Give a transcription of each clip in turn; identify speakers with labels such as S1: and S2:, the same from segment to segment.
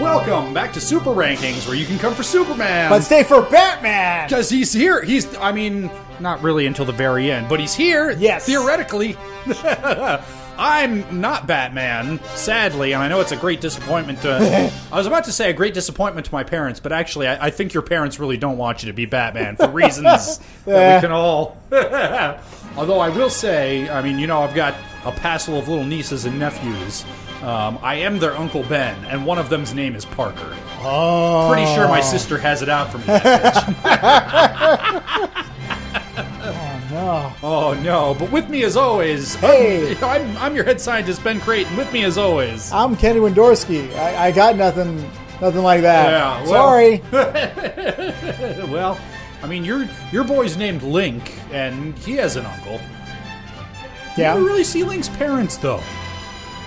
S1: Welcome back to Super Rankings, where you can come for Superman.
S2: But stay for Batman.
S1: Because he's here. He's, I mean, not really until the very end, but he's here.
S2: Yes.
S1: Theoretically. I'm not Batman, sadly, and I know it's a great disappointment to. I was about to say a great disappointment to my parents, but actually, I, I think your parents really don't want you to be Batman for reasons that we can all. Although I will say, I mean, you know, I've got a passel of little nieces and nephews. Um, I am their Uncle Ben, and one of them's name is Parker.
S2: Oh,
S1: Pretty sure my sister has it out for me. that bitch.
S2: no.
S1: Oh no! But with me as always,
S2: Hey.
S1: I'm, I'm, I'm your head scientist Ben Creighton. With me as always,
S2: I'm Kenny Wendorski. I, I got nothing, nothing like that.
S1: Yeah, well-
S2: Sorry.
S1: well, I mean your your boy's named Link, and he has an uncle. You never
S2: yeah,
S1: really see Link's parents though.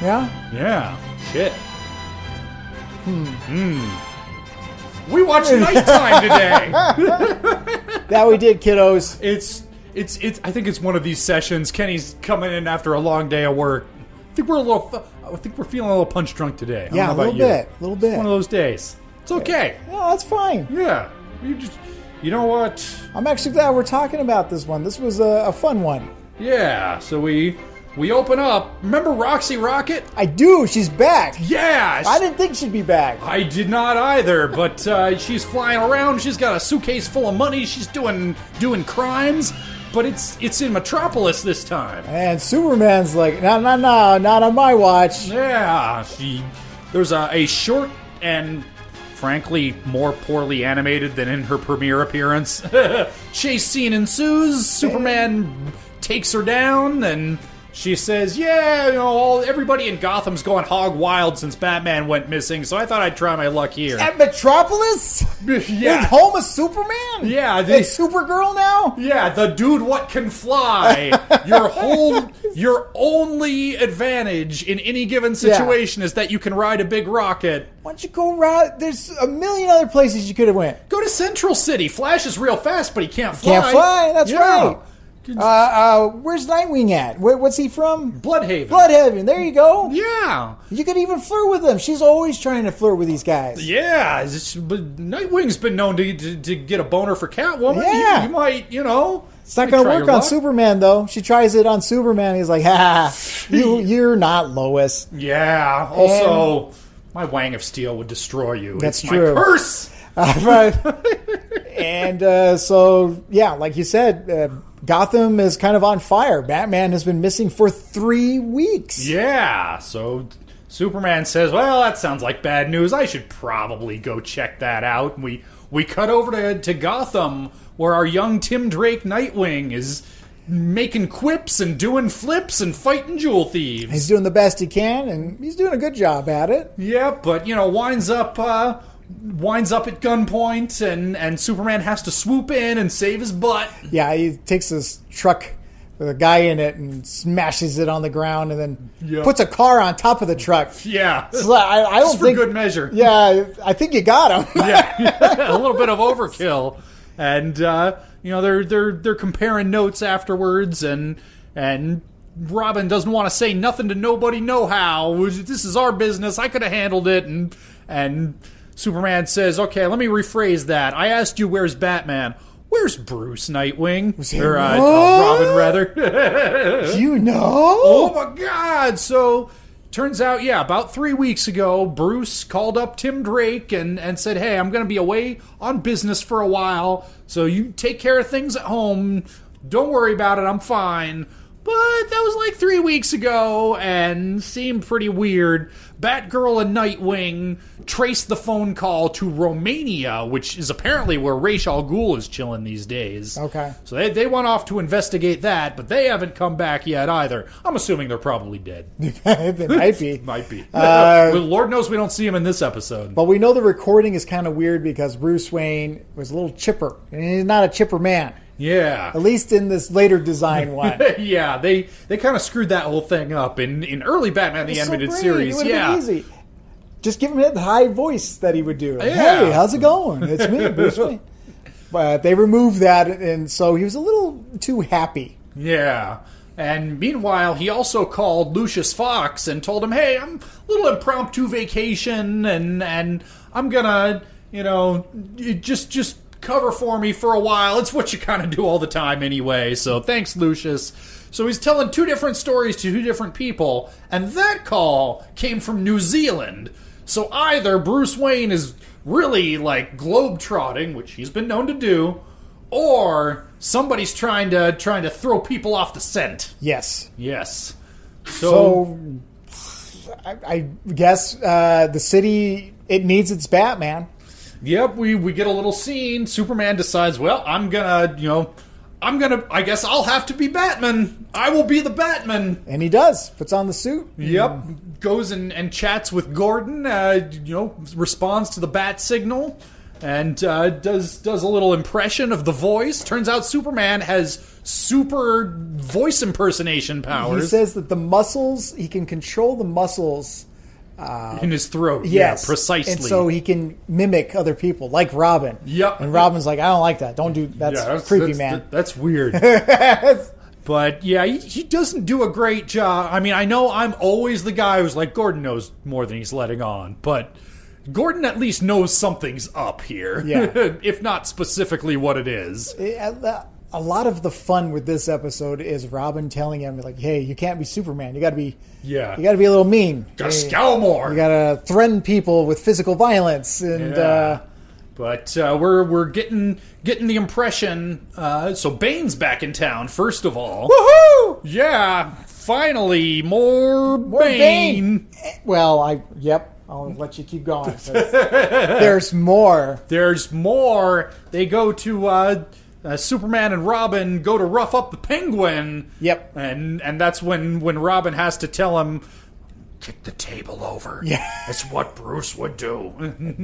S2: yeah.
S1: Yeah. Shit. Hmm.
S2: Hmm.
S1: Hmm. We watched nighttime today.
S2: That we did, kiddos.
S1: It's it's it's. I think it's one of these sessions. Kenny's coming in after a long day of work. I think we're a little. fu- I think we're feeling a little punch drunk today. I don't
S2: Yeah,
S1: know
S2: a
S1: about
S2: little
S1: you.
S2: bit, a little bit.
S1: One of those days. It's okay.
S2: No, that's fine.
S1: Yeah, you just, you know what?
S2: I'm actually glad we're talking about this one. This was a, a fun one.
S1: Yeah. So we we open up. Remember Roxy Rocket?
S2: I do. She's back.
S1: Yeah.
S2: I didn't think she'd be back.
S1: I did not either, but uh, she's flying around. She's got a suitcase full of money. She's doing doing crimes, but it's it's in Metropolis this time.
S2: And Superman's like, no, no, no, not on my watch.
S1: Yeah, she. There's a, a short and frankly more poorly animated than in her premiere appearance. Chase scene ensues. Superman takes her down, and she says, "Yeah, you know, all everybody in Gotham's going hog wild since Batman went missing, so I thought I'd try my luck here."
S2: At Metropolis? It's
S1: yeah.
S2: home of Superman?
S1: Yeah, they-
S2: it's Supergirl now?
S1: Yeah, the dude what can fly. Your whole your only advantage in any given situation is that you can ride a big rocket
S2: Why don't you go around? There's a million other places you could have went.
S1: Go to Central City. Flash is real fast, but he can't fly.
S2: Can't fly. That's
S1: Yeah.
S2: right. Uh, uh, where's Nightwing at? Where, what's he from?
S1: Bloodhaven.
S2: Bloodhaven. There you go.
S1: Yeah.
S2: You could even flirt with him. She's always trying to flirt with these guys.
S1: Yeah. it's- but Nightwing's been known to, to, to get a boner for Catwoman. You-
S2: Yeah.
S1: You, might, you know.
S2: It's not
S1: might
S2: going to
S1: try
S2: work
S1: your
S2: on
S1: luck.
S2: Superman though. She tries it on Superman. He's like, "Ha, you you're not Lois."
S1: Yeah. Also, my Wang of Steel would destroy you.
S2: That's
S1: it's
S2: true.
S1: my purse.
S2: Right. Uh, and uh, so, yeah, like you said, uh, Gotham is kind of on fire. Batman has been missing for three weeks.
S1: Yeah. So Superman says, "Well, that sounds like bad news. I should probably go check that out." And we we cut over to to Gotham, where our young Tim Drake Nightwing is making quips and doing flips and fighting jewel thieves.
S2: He's doing the best he can, and he's doing a good job at it.
S1: Yeah, but you know, winds up uh, winds up at gunpoint, and and Superman has to swoop in and save his butt.
S2: Yeah, he takes this truck with a guy in it and smashes it on the ground, and then
S1: Yeah.
S2: puts a car on top of the truck.
S1: Yeah,
S2: It's like, I, I don't
S1: just for
S2: think.
S1: good measure.
S2: Yeah, I think you got him.
S1: yeah, a little bit of overkill, and uh, you know they're they're they're comparing notes afterwards, and and Robin doesn't want to say nothing to nobody no how. This is our business. I could have handled it, and and Superman says, okay, let me rephrase that. I asked you, where's Batman? Where's Bruce Nightwing? Or uh,
S2: what?
S1: Robin, rather.
S2: you know?
S1: Oh my God! So turns out, yeah, about three weeks ago, Bruce called up Tim Drake and and said, "Hey, I'm going to be away on business for a while, so you take care of things at home. Don't worry about it. I'm fine." But that was like three weeks ago and seemed pretty weird. Batgirl and Nightwing traced the phone call to Romania, which is apparently where Ra's al Ghul is chilling these days.
S2: Okay.
S1: So they, they went off to investigate that, but they haven't come back yet either. I'm assuming they're probably dead.
S2: it might be. Uh,
S1: Might be. Well, Lord knows we don't see them in this episode.
S2: But we know the recording is kind of weird because Bruce Wayne was a little chipper, and he's not a chipper man.
S1: Yeah.
S2: At least in this later design one.
S1: yeah, they they kind of screwed that whole thing up in, in early Batman the
S2: It's so
S1: Animated
S2: great.
S1: Series.
S2: It would've
S1: yeah.
S2: been easy. Just give him that high voice that he would do.
S1: Yeah.
S2: Hey, how's it going? It's me, Bruce Wayne. But they removed that, and so he was a little too happy.
S1: Yeah. And meanwhile, he also called Lucius Fox and told him, "Hey, I'm a little impromptu vacation, and and I'm gonna, you know, you just just cover for me for a while. It's what you kind of do all the time anyway. So thanks, Lucius." So he's telling two different stories to two different people, and that call came from New Zealand. So either Bruce Wayne is really like globetrotting, which he's been known to do, or somebody's trying to trying to throw people off the scent.
S2: Yes.
S1: Yes. So,
S2: So, I, I guess uh, the city it needs its Batman.
S1: yep, we we get a little scene. Superman decides, well, I'm gonna you know. I'm gonna. I guess I'll have to be Batman. I will be the Batman.
S2: And he does. Puts on the suit.
S1: Yep. Goes and, and chats with Gordon. Uh, you know, responds to the bat signal, and uh, does does a little impression of the voice. Turns out Superman has super voice impersonation
S2: He
S1: powers
S2: says that the muscles he can control the muscles.
S1: in his throat.
S2: Yes,
S1: yeah, precisely.
S2: And so he can mimic other people, like Robin.
S1: Yep.
S2: And Robin's like, I don't like that. Don't do that's,
S1: Yeah,
S2: creepy,
S1: that's-
S2: man.
S1: that's weird. but yeah, he, he doesn't do a great job. I mean, I know I'm always the guy who's like, Gordon knows more than he's letting on, but Gordon at least knows something's up here,
S2: Yeah.
S1: if not specifically what it is.
S2: A- a lot of uh, the fun with this episode is Robin telling him, like, Hey, you can't be Superman. You got to be,
S1: Yeah.
S2: you got to be a little mean.
S1: Gotta
S2: You-
S1: scowl more.
S2: You got to threaten people with physical violence, and
S1: Yeah.
S2: uh,
S1: but uh, we're we're getting getting the impression. Uh, so Bane's back in town. First of all,
S2: woohoo!
S1: yeah, finally more,
S2: More
S1: Bane.
S2: Bane. Eh, Well, I yep. I'll let you keep going. There's more.
S1: There's more. They go to uh, uh, Superman and Robin go to rough up the Penguin.
S2: Yep.
S1: And and that's when when Robin has to tell him, kick the table over.
S2: Yeah.
S1: It's what Bruce would do.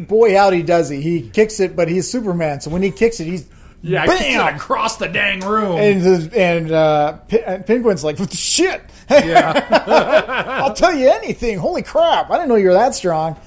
S2: Boy, howdy does he! He kicks it, but he's Superman. So when he kicks it, he's
S1: yeah.
S2: bam!
S1: kicks it across the dang room.
S2: and the- and uh, Pe- and Penguin's like, shit.
S1: yeah.
S2: I'll tell you anything. Holy crap! I didn't know you were that strong.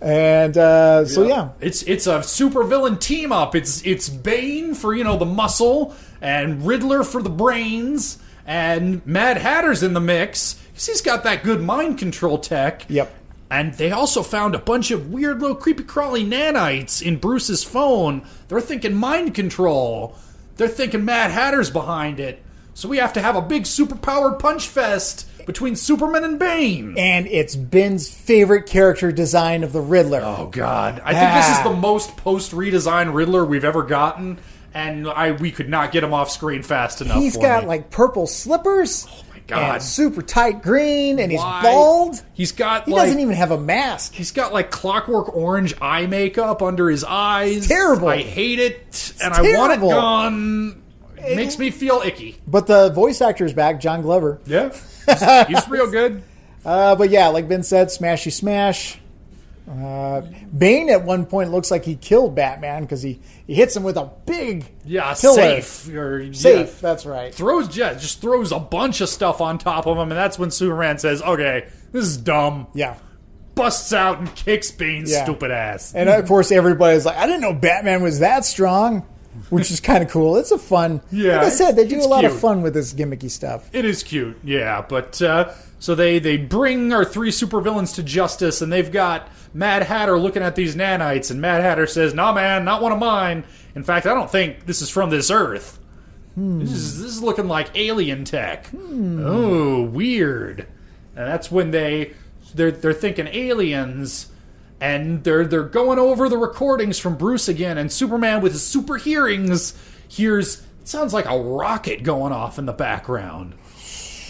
S2: And uh, so yeah,
S1: It's it's a supervillain team up. It's it's Bane for you know the muscle and Riddler for the brains and Mad Hatter's in the mix. 'cause He's got that good mind control tech.
S2: Yep.
S1: And they also found a bunch of weird little creepy crawly nanites in Bruce's phone. They're thinking mind control. They're thinking Mad Hatter's behind it. So we have to have a big superpowered punch fest between Superman and Bane.
S2: and it's Ben's favorite character design of the Riddler.
S1: Oh God! I think this is
S2: Ah.
S1: the most post redesign Riddler we've ever gotten, and I we could not get him off screen fast enough.
S2: He's
S1: for
S2: got
S1: me.
S2: like purple slippers. Oh
S1: my God.
S2: super tight green, and
S1: Why-
S2: he's bald.
S1: He's got
S2: He
S1: like
S2: doesn't even have a mask.
S1: he's got like clockwork orange eye makeup under his eyes.
S2: terrible.
S1: I hate it, and I want it
S2: terrible.
S1: gone. It makes me feel icky.
S2: But the voice actor is back, John Glover.
S1: Yeah, he's real good.
S2: Uh, but yeah, like Ben said, smashy smash. Uh, Bane at one point looks like he killed Batman because he, he hits him with a big
S1: Yeah,
S2: killer.
S1: safe. Or,
S2: Safe,
S1: yeah.
S2: that's right.
S1: Throws yeah, just throws a bunch of stuff on top of him, and that's when Superman says, "Okay, this is dumb."
S2: Yeah.
S1: busts out and kicks Bane's
S2: Yeah.
S1: stupid ass.
S2: And of course, everybody's like, I didn't know Batman was that strong, which is kind of cool. It's a fun.
S1: Yeah,
S2: Like I said, they do
S1: it's
S2: a lot
S1: cute.
S2: of fun with this gimmicky stuff.
S1: It is cute, yeah. But uh, so they they bring our three supervillains to justice, and they've got Mad Hatter looking at these nanites, and Mad Hatter says, "Nah, man, not one of mine. In fact, I don't think this is from this Earth. This is this is looking like alien tech. Oh, weird." And that's when they they're they're thinking aliens. and they're they're going over the recordings from Bruce again, and Superman with his super hearings hears it sounds like a rocket going off in the background.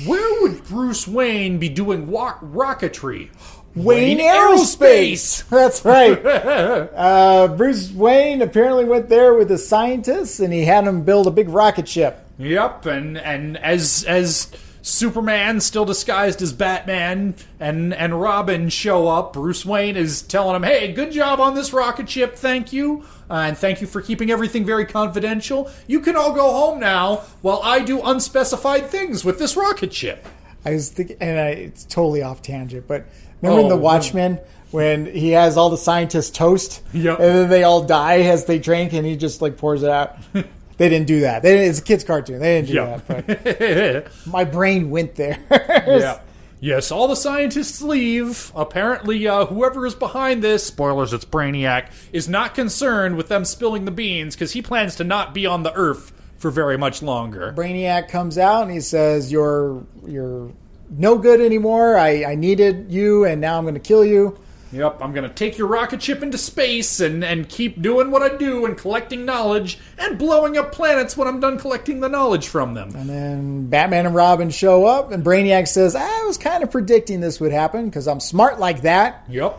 S1: Where would Bruce Wayne be doing wa- rocketry?
S2: Wayne Aerospace. That's right. uh, Bruce Wayne apparently went there with the scientists, and he had him build a big rocket ship.
S1: Yep, and and as as Superman still disguised as Batman and and Robin show up, Bruce Wayne is telling him, "Hey, good job on this rocket ship. Thank you, uh, and thank you for keeping everything very confidential. You can all go home now while I do unspecified things with this rocket ship."
S2: I was thinking, and I, it's totally off tangent, but remember in
S1: Oh,
S2: The
S1: yeah.
S2: Watchmen when he has all the scientists toast,
S1: Yep.
S2: and then they all die as they drink, and he just like pours it out. They didn't do that. They didn't, it's a kids' cartoon. They didn't do
S1: Yeah.
S2: that. But my brain went there.
S1: yeah. Yes, all the scientists leave. Apparently, uh, whoever is behind this, spoilers, it's Brainiac, is not concerned with them spilling the beans because he plans to not be on the Earth for very much longer.
S2: Brainiac comes out and he says, "You're you're no good anymore. I, I needed you, and now I'm going to kill you."
S1: Yep, I'm going to take your rocket ship into space and, and keep doing what I do and collecting knowledge and blowing up planets when I'm done collecting the knowledge from them.
S2: And then Batman and Robin show up, and Brainiac says, "I was kind of predicting this would happen because I'm smart like that."
S1: Yep.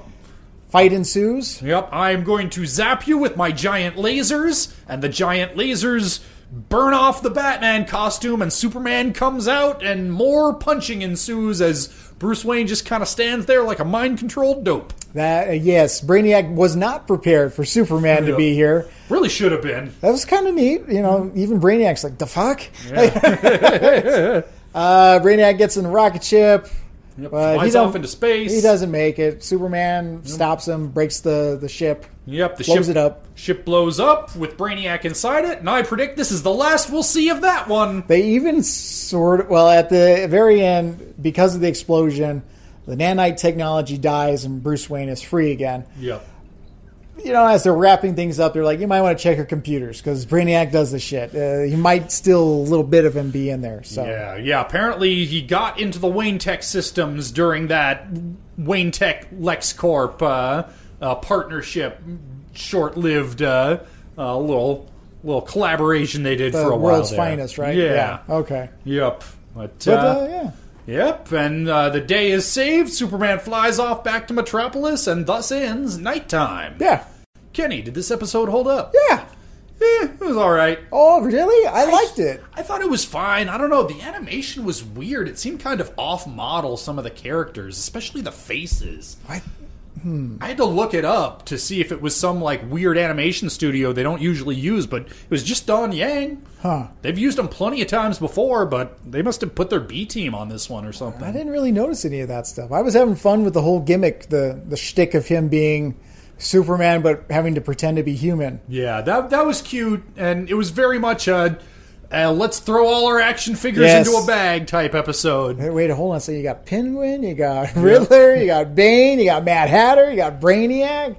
S2: Fight ensues.
S1: Yep, I'm going to zap you with my giant lasers, and the giant lasers burn off the Batman costume, and Superman comes out, and more punching ensues as Bruce Wayne just kind of stands there like a mind controlled dope.
S2: That uh, yes, Brainiac was not prepared for Superman to
S1: Yeah.
S2: be here.
S1: Really should have been.
S2: That was kind of neat, you know. Even Brainiac's like, "The fuck." uh, Brainiac gets in the rocket ship.
S1: Yep,
S2: Uh, he
S1: flies
S2: don't-
S1: off into space.
S2: He doesn't make it. Superman stops him, breaks the the ship,
S1: Yep, the
S2: blows
S1: ship
S2: it up.
S1: Ship blows up with Brainiac inside it, and I predict this is the last we'll see of that one.
S2: They even sort of, well, at the very end, because of the explosion, the nanite technology dies and Bruce Wayne is free again.
S1: Yep.
S2: You know, as they're wrapping things up, they're like, you might want to check your computers because Brainiac does this shit. Uh, he might still a little bit of him be in there. So,
S1: Yeah, yeah. Apparently, he got into the Wayne Tech systems during that Wayne Tech LexCorp uh, uh, partnership, short-lived uh, uh, little little collaboration they did
S2: the
S1: for a while.
S2: Uh, world's
S1: there.
S2: finest, right?
S1: Yeah. Uh,
S2: Okay.
S1: Yep. But,
S2: But,
S1: uh,
S2: uh, yeah.
S1: yep, and uh, the day is saved. Superman flies off back to Metropolis, and thus ends nighttime.
S2: Yeah.
S1: Kenny, did this episode hold up?
S2: Yeah.
S1: Eh, it was all right.
S2: Oh, really? I liked it.
S1: I thought it was fine. I don't know. The animation was weird. It seemed kind of off model, some of the characters, especially the faces.
S2: I,
S1: I had to look it up to see if it was some like weird animation studio they don't usually use, but it was just Don Yang.
S2: Huh.
S1: They've used them plenty of times before, but they must have put their B team on this one or something.
S2: I didn't really notice any of that stuff. I was having fun with the whole gimmick, the the shtick of him being Superman but having to pretend to be human.
S1: Yeah, that that was cute, and it was very much a uh, let's throw all our action figures
S2: Yes.
S1: into a bag type episode.
S2: Hey, Wait, hold on. So you got Penguin, you got Riddler, you got Bane, you got Mad Hatter, you got Brainiac,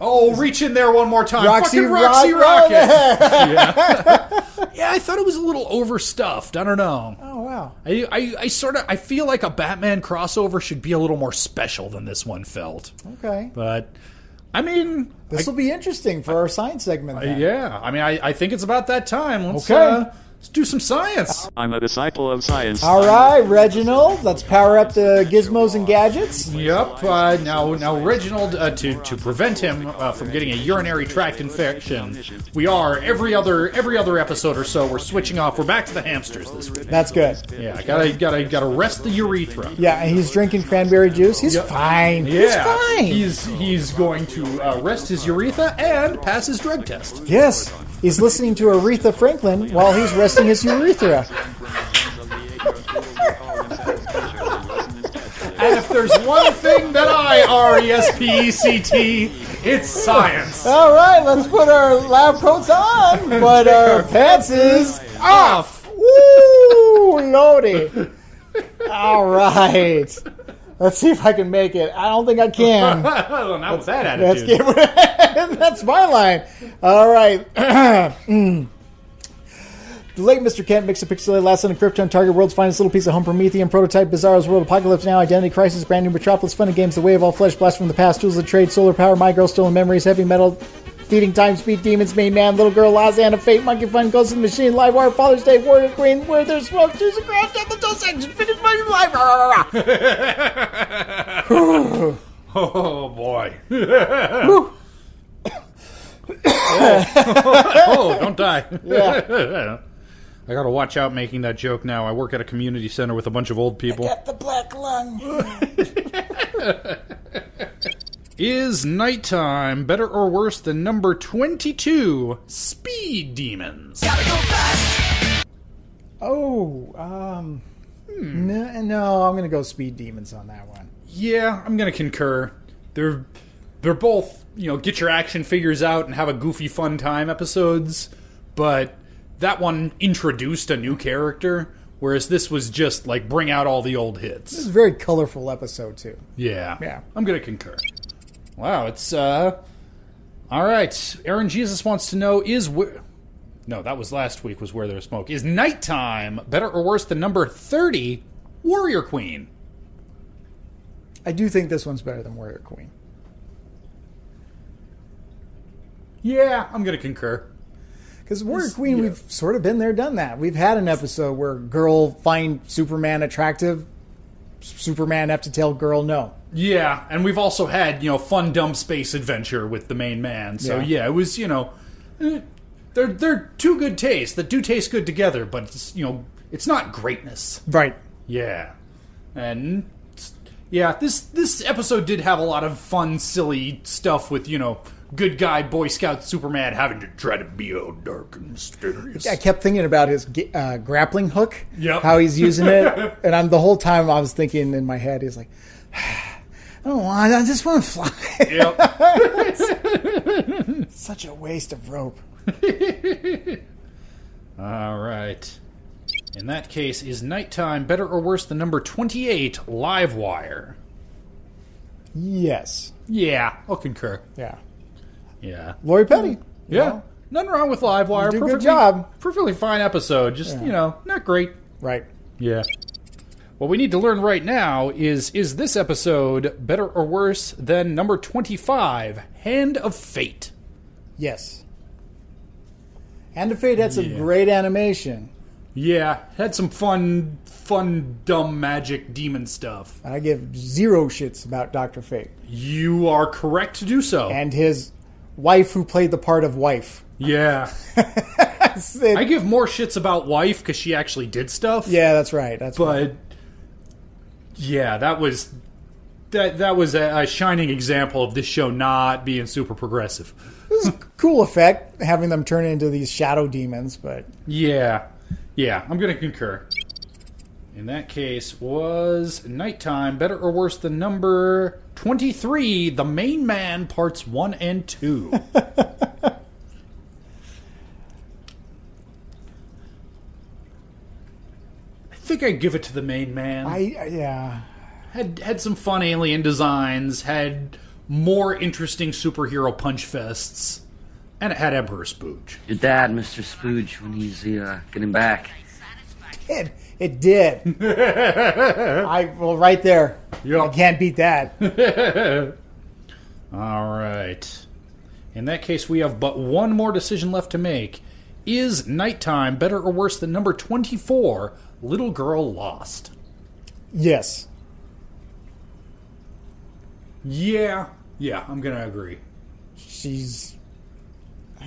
S1: Oh, reach in there one more time,
S2: Roxy,
S1: fucking Roxy
S2: Ro-
S1: Rocket.
S2: Oh,
S1: Yeah, I thought it was a little overstuffed. I don't know.
S2: Oh, wow.
S1: I, I, I sort of I feel like a Batman crossover should be a little more special than this one felt.
S2: Okay.
S1: But I mean,
S2: This will be interesting for our science segment. then.
S1: yeah, I mean, I, I think it's about that time. Let's,
S2: Okay.
S1: uh, let's do some science.
S3: I'm a disciple of science.
S2: All right, Reginald, let's power up the gizmos and gadgets.
S1: Yep. Uh, now, now, Reginald, uh, to to prevent him uh, from getting a urinary tract infection, we are every other every other episode or so. We're switching off. We're back to the hamsters this week.
S2: That's good.
S1: Yeah, gotta gotta gotta rest the urethra.
S2: Yeah, and he's drinking cranberry juice. He's fine. He's
S1: Yeah,
S2: fine.
S1: He's he's going to uh, rest his urethra and pass his drug test.
S2: Yes, he's listening to Aretha Franklin while he's resting his urethra.
S1: And if there's one thing that I R E S P E C T, it's science.
S2: All right, let's put our lab coats on, but our pants is Ah.
S1: Off.
S2: woo lordy. All right, let's see if I can make it. I don't think I can.
S1: Well, Not with that
S2: Let's
S1: attitude.
S2: get that's my line. All right. Mm. The late Mr. Kent makes a pixelated last son of Krypton, Target World's finest little piece of home Promethean, prototype Bizarro's World Apocalypse Now, Identity Crisis, Brand New Metropolis, Fun and Games, The Way of All Flesh, Blast from the Past, Tools of Trade, Solar Power, My Girl, Stolen Memories, Heavy Metal, Feeding Time, Speed Demons, Main Man, Little Girl, Lazan of Fate, Monkey Fun, Ghost of the Machine, Live Wire, Father's Day, Warrior Queen, Where There's Smoke, Choose a Craft, Death of Dose Action, Finish My Life. rah, rah, rah, rah.
S1: Oh boy. oh. Oh, don't die. I gotta watch out making that joke now. I work at a community center with a bunch of old people.
S2: Get the black lung.
S1: Is nighttime better or worse than number 22, Speed Demons?
S2: Oh, um, no, no, I'm gonna go Speed Demons on that one.
S1: Yeah, I'm going to concur. They're they're both, you know, get your action figures out and have a goofy fun time episodes, but that one introduced a new character, whereas this was just like bring out all the old
S2: This
S1: hits.
S2: is a very colorful episode too.
S1: Yeah.
S2: Yeah.
S1: I'm going to concur. Wow, it's uh All right. Aaron Jesus wants to know is where No, that was last week was where there was smoke. Is nighttime better or worse than number 30 Warrior Queen?
S2: I do think this one's better than Warrior Queen.
S1: Yeah, I'm going to concur.
S2: Because Warrior Queen,
S1: yeah.
S2: we've sort of been there, done that. We've had an episode where girl find Superman attractive, S- Superman have to tell girl no.
S1: Yeah, and we've also had, you know, fun dumb space adventure with the main man. So
S2: Yeah.
S1: yeah, it was, you know, eh, they're they're two good tastes that do taste good together, but it's, you know, it's not greatness.
S2: Right.
S1: Yeah. And s- yeah, this this episode did have a lot of fun silly stuff with, you know, good guy boy scout Superman having to try to be all dark and mysterious.
S2: I kept thinking about his gi- uh, grappling hook,
S1: Yep.
S2: how he's using it, and I'm the whole time I was thinking in my head, he's like, I don't want, I just want to fly.
S1: Yep.
S2: Such a waste of rope.
S1: All right. In that case, is nighttime better or worse than number 28 Livewire?
S2: Yes.
S1: Yeah, I'll concur.
S2: Yeah.
S1: Yeah,
S2: Lori Petty. you
S1: yeah.
S2: know?
S1: Nothing wrong with Livewire.
S2: You did a good job.
S1: Perfectly fine episode. Just you know, not great.
S2: Right.
S1: Yeah. What we need to learn right now is is this episode better or worse than number twenty five, Hand of Fate?
S2: Yes. And of Fate had some
S1: Yeah.
S2: great animation.
S1: Yeah, had some fun, fun, dumb magic demon stuff.
S2: I give zero shits about Dr. Fate
S1: You are correct to do so.
S2: and his wife who played the part of wife.
S1: yeah,
S2: Said-
S1: I give more shits about wife because she actually did stuff.
S2: yeah, that's right. That's right.
S1: but yeah, that was that that was a, a shining example of this show not being super progressive.
S2: This is a cool effect having them turn into these shadow demons, but
S1: Yeah, yeah, I'm gonna concur. In that case, was nighttime better or worse than number twenty three, The Main Man, parts one and two? I think I give it to The Main Man.
S2: I I- yeah,
S1: had had some fun alien designs, had more interesting superhero punch fests, and it had Emperor Spooge.
S3: Your dad, Mr. Spooge, when he's uh, getting back.
S2: it it did. I well right there.
S1: Yeah.
S2: I can't beat that.
S1: All right. In that case, we have but one more decision left to make. Is nighttime better or worse than number 24, Little Girl Lost?
S2: yes.
S1: Yeah. Yeah, I'm going to agree.
S2: She's uh,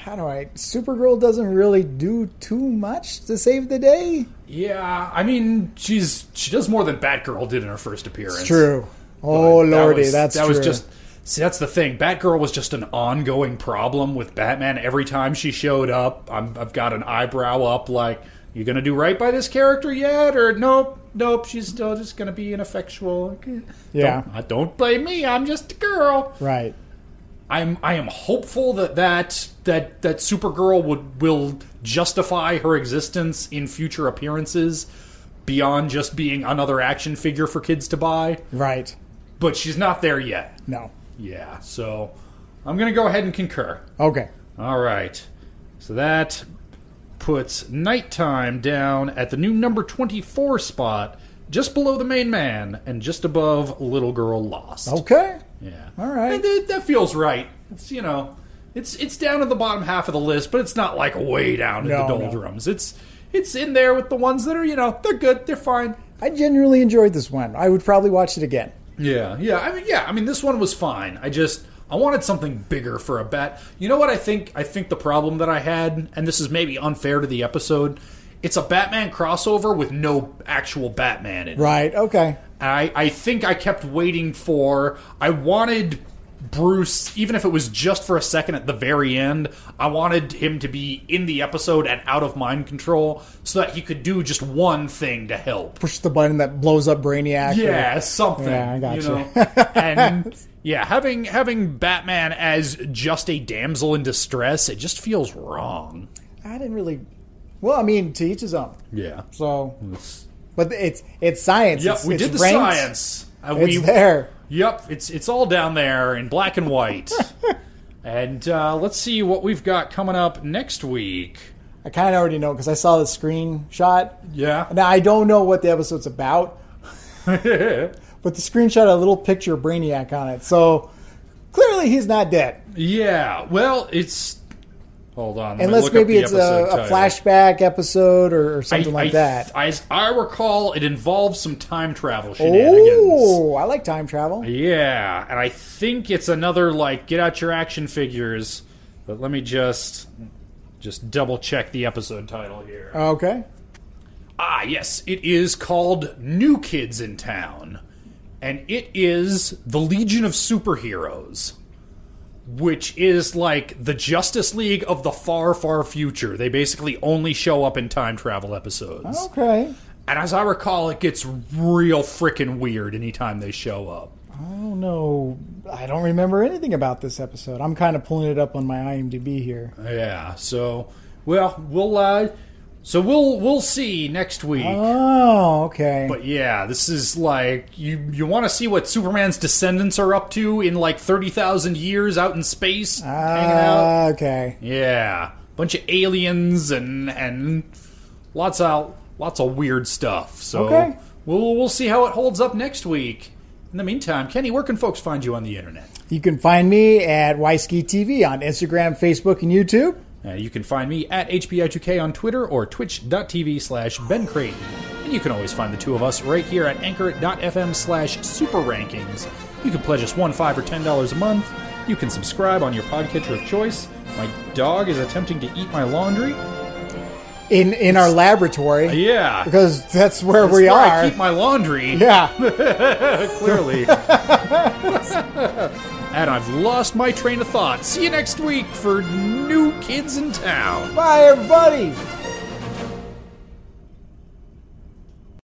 S2: how do I Supergirl doesn't really do too much to save the day.
S1: Yeah, I mean, she's she does more than Batgirl did in her first appearance.
S2: True. Oh
S1: That
S2: lordy,
S1: was-
S2: that's
S1: that was
S2: true.
S1: just. See, that's the thing. Batgirl was just an ongoing problem with Batman. Every time she showed up, I'm, I've got an eyebrow up, like, you gonna do right by this character yet, or nope, nope, she's still just gonna be ineffectual. Like, eh,
S2: Yeah.
S1: don't, uh, don't blame me. I'm just a girl.
S2: right.
S1: I'm I am hopeful that that that that Supergirl would will justify her existence in future appearances beyond just being another action figure for kids to buy.
S2: Right.
S1: But she's not there yet.
S2: No.
S1: Yeah, so I'm going to go ahead and concur.
S2: Okay.
S1: All right. So that puts Nighttime down at the new number 24 spot, just below the main man and just above Little Girl Lost.
S2: Okay.
S1: Yeah.
S2: Oh. All right.
S1: And that, that feels right. It's, you know, it's it's down at the bottom half of the list, but it's not like way down in the
S2: No, no.
S1: doldrums. It's it's in there with the ones that are, you know, they're good, they're fine.
S2: I genuinely enjoyed this one. I would probably watch it again.
S1: Yeah, yeah. I mean, yeah. I mean, this one was fine. I just I wanted something bigger for a bat. You know what? I think I think the problem that I had, and this is maybe unfair to the episode, it's a Batman crossover with no actual Batman in it.
S2: Right. Okay.
S1: I I think I kept waiting for. I wanted Bruce, even if it was just for a second at the very end. I wanted him to be in the episode and out of mind control, so that he could do just one thing to help.
S2: Push the button that blows up Brainiac.
S1: Yeah, something.
S2: Yeah, I got you.
S1: know? and yeah, having having Batman as just a damsel in distress, it just feels wrong.
S2: I didn't really. Well, I mean, to each his own.
S1: Yeah.
S2: So,
S1: It's-
S2: but it's it's science.
S1: Yep,
S2: it's,
S1: we
S2: it's
S1: did the
S2: ranked.
S1: science. Uh,
S2: It's
S1: we-
S2: there.
S1: Yep, it's it's all down there in black and white. and uh, let's see what we've got coming up next week.
S2: I kind of already know because I saw the screenshot.
S1: Yeah.
S2: Now I don't know what the episode's about, but the screenshot had a little picture of Brainiac on it. So clearly he's not dead,
S1: Yeah. Well, it's hold on. let me
S2: unless
S1: look up
S2: maybe
S1: the
S2: it's a,
S1: episode
S2: a
S1: title.
S2: flashback episode or, or something
S1: I-
S2: like
S1: I-
S2: that.
S1: As I recall, it involves some time travel shenanigans.
S2: Oh, I like time travel.
S1: Yeah, and I think it's another like get out your action figures. But let me just just double check the episode title here.
S2: Okay.
S1: Ah, yes, it is called New Kids in Town. And it is the Legion of Superheroes, which is like the Justice League of the far, far future. They basically only show up in time travel episodes.
S2: Okay.
S1: And as I recall, it gets real freaking weird anytime they show up.
S2: I don't know. I don't remember anything about this episode. I'm kind of pulling it up on my IMDb here.
S1: Yeah, so, well, we'll, uh, so we'll, we'll see next week.
S2: Oh, okay.
S1: But yeah, this is like you you want to see what Superman's descendants are up to in like 30,000 years out in space hanging out.
S2: Ah, okay.
S1: Yeah. Bunch of aliens and and lots of lots of weird stuff. So
S2: Okay.
S1: we'll we'll see how it holds up next week. In the meantime, Kenny, where can folks find you on the internet?
S2: You can find me at Wisky TV on Instagram, Facebook, and YouTube.
S1: Uh, you can find me at HBI2K on Twitter or twitch.tv slash Ben Creighton. And you can always find the two of us right here at anchor.fm slash super rankings. You can pledge us one, five, or ten dollars a month. You can subscribe on your podcatcher of choice. My dog is attempting to eat my laundry.
S2: In in our laboratory.
S1: Yeah.
S2: Because that's where we
S1: Where
S2: are.
S1: I keep my laundry.
S2: yeah.
S1: Clearly. and I've lost my train of thought. See you next week for New Kids in Town.
S2: Bye, everybody.